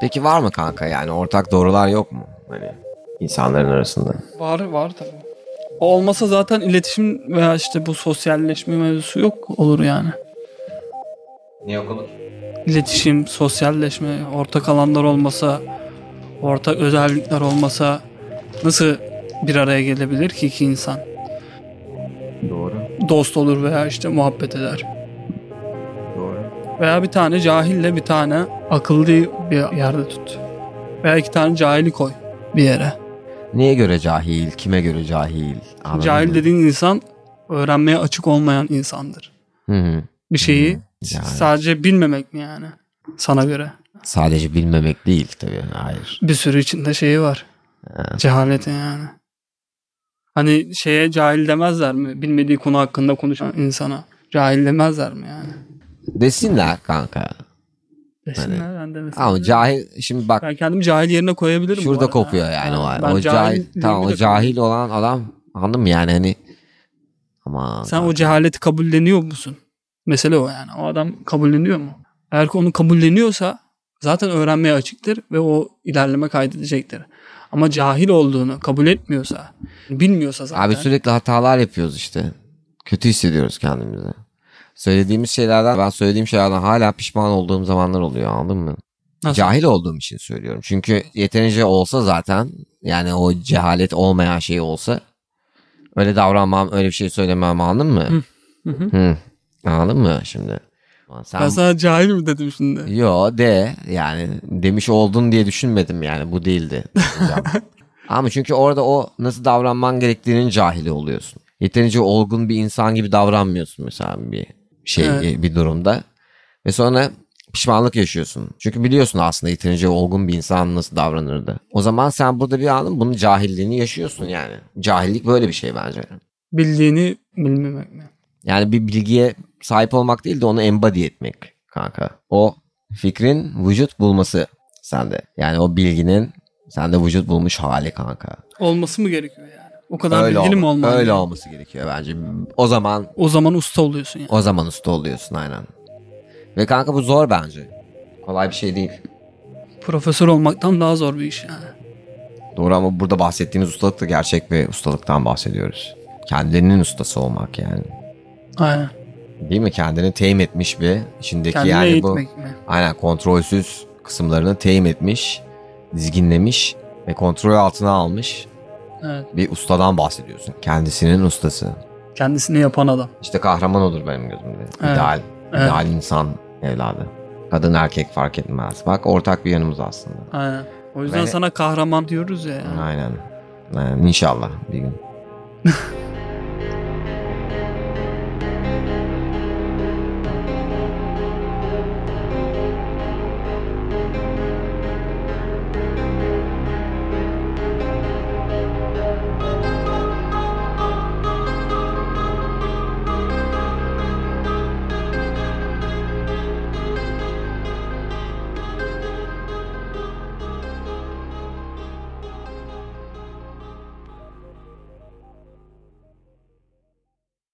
Peki var mı kanka yani ortak doğrular yok mu? Hani insanların arasında. Var var tabii. O olmasa zaten iletişim veya işte bu sosyalleşme mevzusu yok olur yani. Niye yok olur? İletişim, sosyalleşme, ortak alanlar olmasa, ortak özellikler olmasa nasıl bir araya gelebilir ki iki insan? Doğru. Dost olur veya işte muhabbet eder. Doğru. Veya bir tane cahille bir tane akıllı bir yerde tut. Veya iki tane cahili koy bir yere. Neye göre cahil? Kime göre cahil? Anladın Cahil mı? dediğin insan öğrenmeye açık olmayan insandır. Hı hı. Bir şeyi Yani sadece bilmemek mi yani sana göre? sadece bilmemek değil tabii. Hayır. Bir sürü içinde şeyi var. Ha. Cehaleti yani. Hani şeye cahil demezler mi? Bilmediği konu hakkında konuşan insana. Cahil demezler mi yani? Desinler kanka. Hani Desinler ben demesinler. Ama cahil şimdi bak Ben kendimi cahil yerine koyabilirim. bu şurada arada. kopuyor yani o. Ben O cahil, cahilliğimi tamam o de- cahil olan adam anladın mı yani hani ama Sen o cehaleti kabulleniyor musun? Mesele o yani. O adam kabulleniyor mu? Eğer ki onu kabulleniyorsa zaten öğrenmeye açıktır ve o ilerleme kaydedecektir. Ama cahil olduğunu kabul etmiyorsa, bilmiyorsa zaten. Abi sürekli hatalar yapıyoruz işte. Kötü hissediyoruz kendimizi. Söylediğimiz şeylerden ben söylediğim şeylerden hala pişman olduğum zamanlar oluyor anladın mı? Nasıl? Cahil olduğum için söylüyorum. Çünkü yeterince olsa zaten yani o cehalet olmayan şey olsa öyle davranmam öyle bir şey söylemem anladın mı? Hı. Hı hı. Anladın mı şimdi? Sen Ben sana cahil mi dedim şimdi? Yo de yani demiş oldun diye düşünmedim yani bu değildi. hocam. Ama çünkü orada o nasıl davranman gerektiğinin cahili oluyorsun. Yeterince olgun bir insan gibi davranmıyorsun mesela bir şey Evet. bir durumda. Ve sonra pişmanlık yaşıyorsun. Çünkü biliyorsun aslında yeterince olgun bir insan nasıl davranırdı. O zaman sen burada bir anın bunun cahilliğini yaşıyorsun yani. Cahillik böyle bir şey bence. Bildiğini bilmemek mi? Yani bir bilgiye sahip olmak değil de onu embody etmek kanka. O fikrin vücut bulması sende. Yani o bilginin sende vücut bulmuş hali kanka. Olması mı gerekiyor yani? O kadar öyle bilgili mi olma- olman? öyle gerekiyor? olması gerekiyor bence. O zaman O zaman usta oluyorsun yani. o zaman usta oluyorsun aynen. Ve kanka bu zor bence. Kolay bir şey değil. Profesör olmaktan daha zor bir iş yani. Doğru ama burada bahsettiğimiz ustalık da gerçek bir ustalıktan bahsediyoruz. Kendinin ustası olmak yani. Aynen. Değil mi? Kendini teyim etmiş bir içindeki Kendini yani bu eğitmek mi? Aynen kontrolsüz kısımlarını teyim etmiş, dizginlemiş ve kontrol altına almış Evet. bir ustadan bahsediyorsun. Kendisinin ustası. Kendisini yapan adam. İşte kahraman olur benim gözümde. Evet. İdeal, Evet. ideal insan evladı. Kadın erkek fark etmez. Bak ortak bir yanımız aslında. Aynen. O yüzden Ve- sana kahraman diyoruz ya. yani. Ee, Aynen. Aynen. İnşallah bir gün.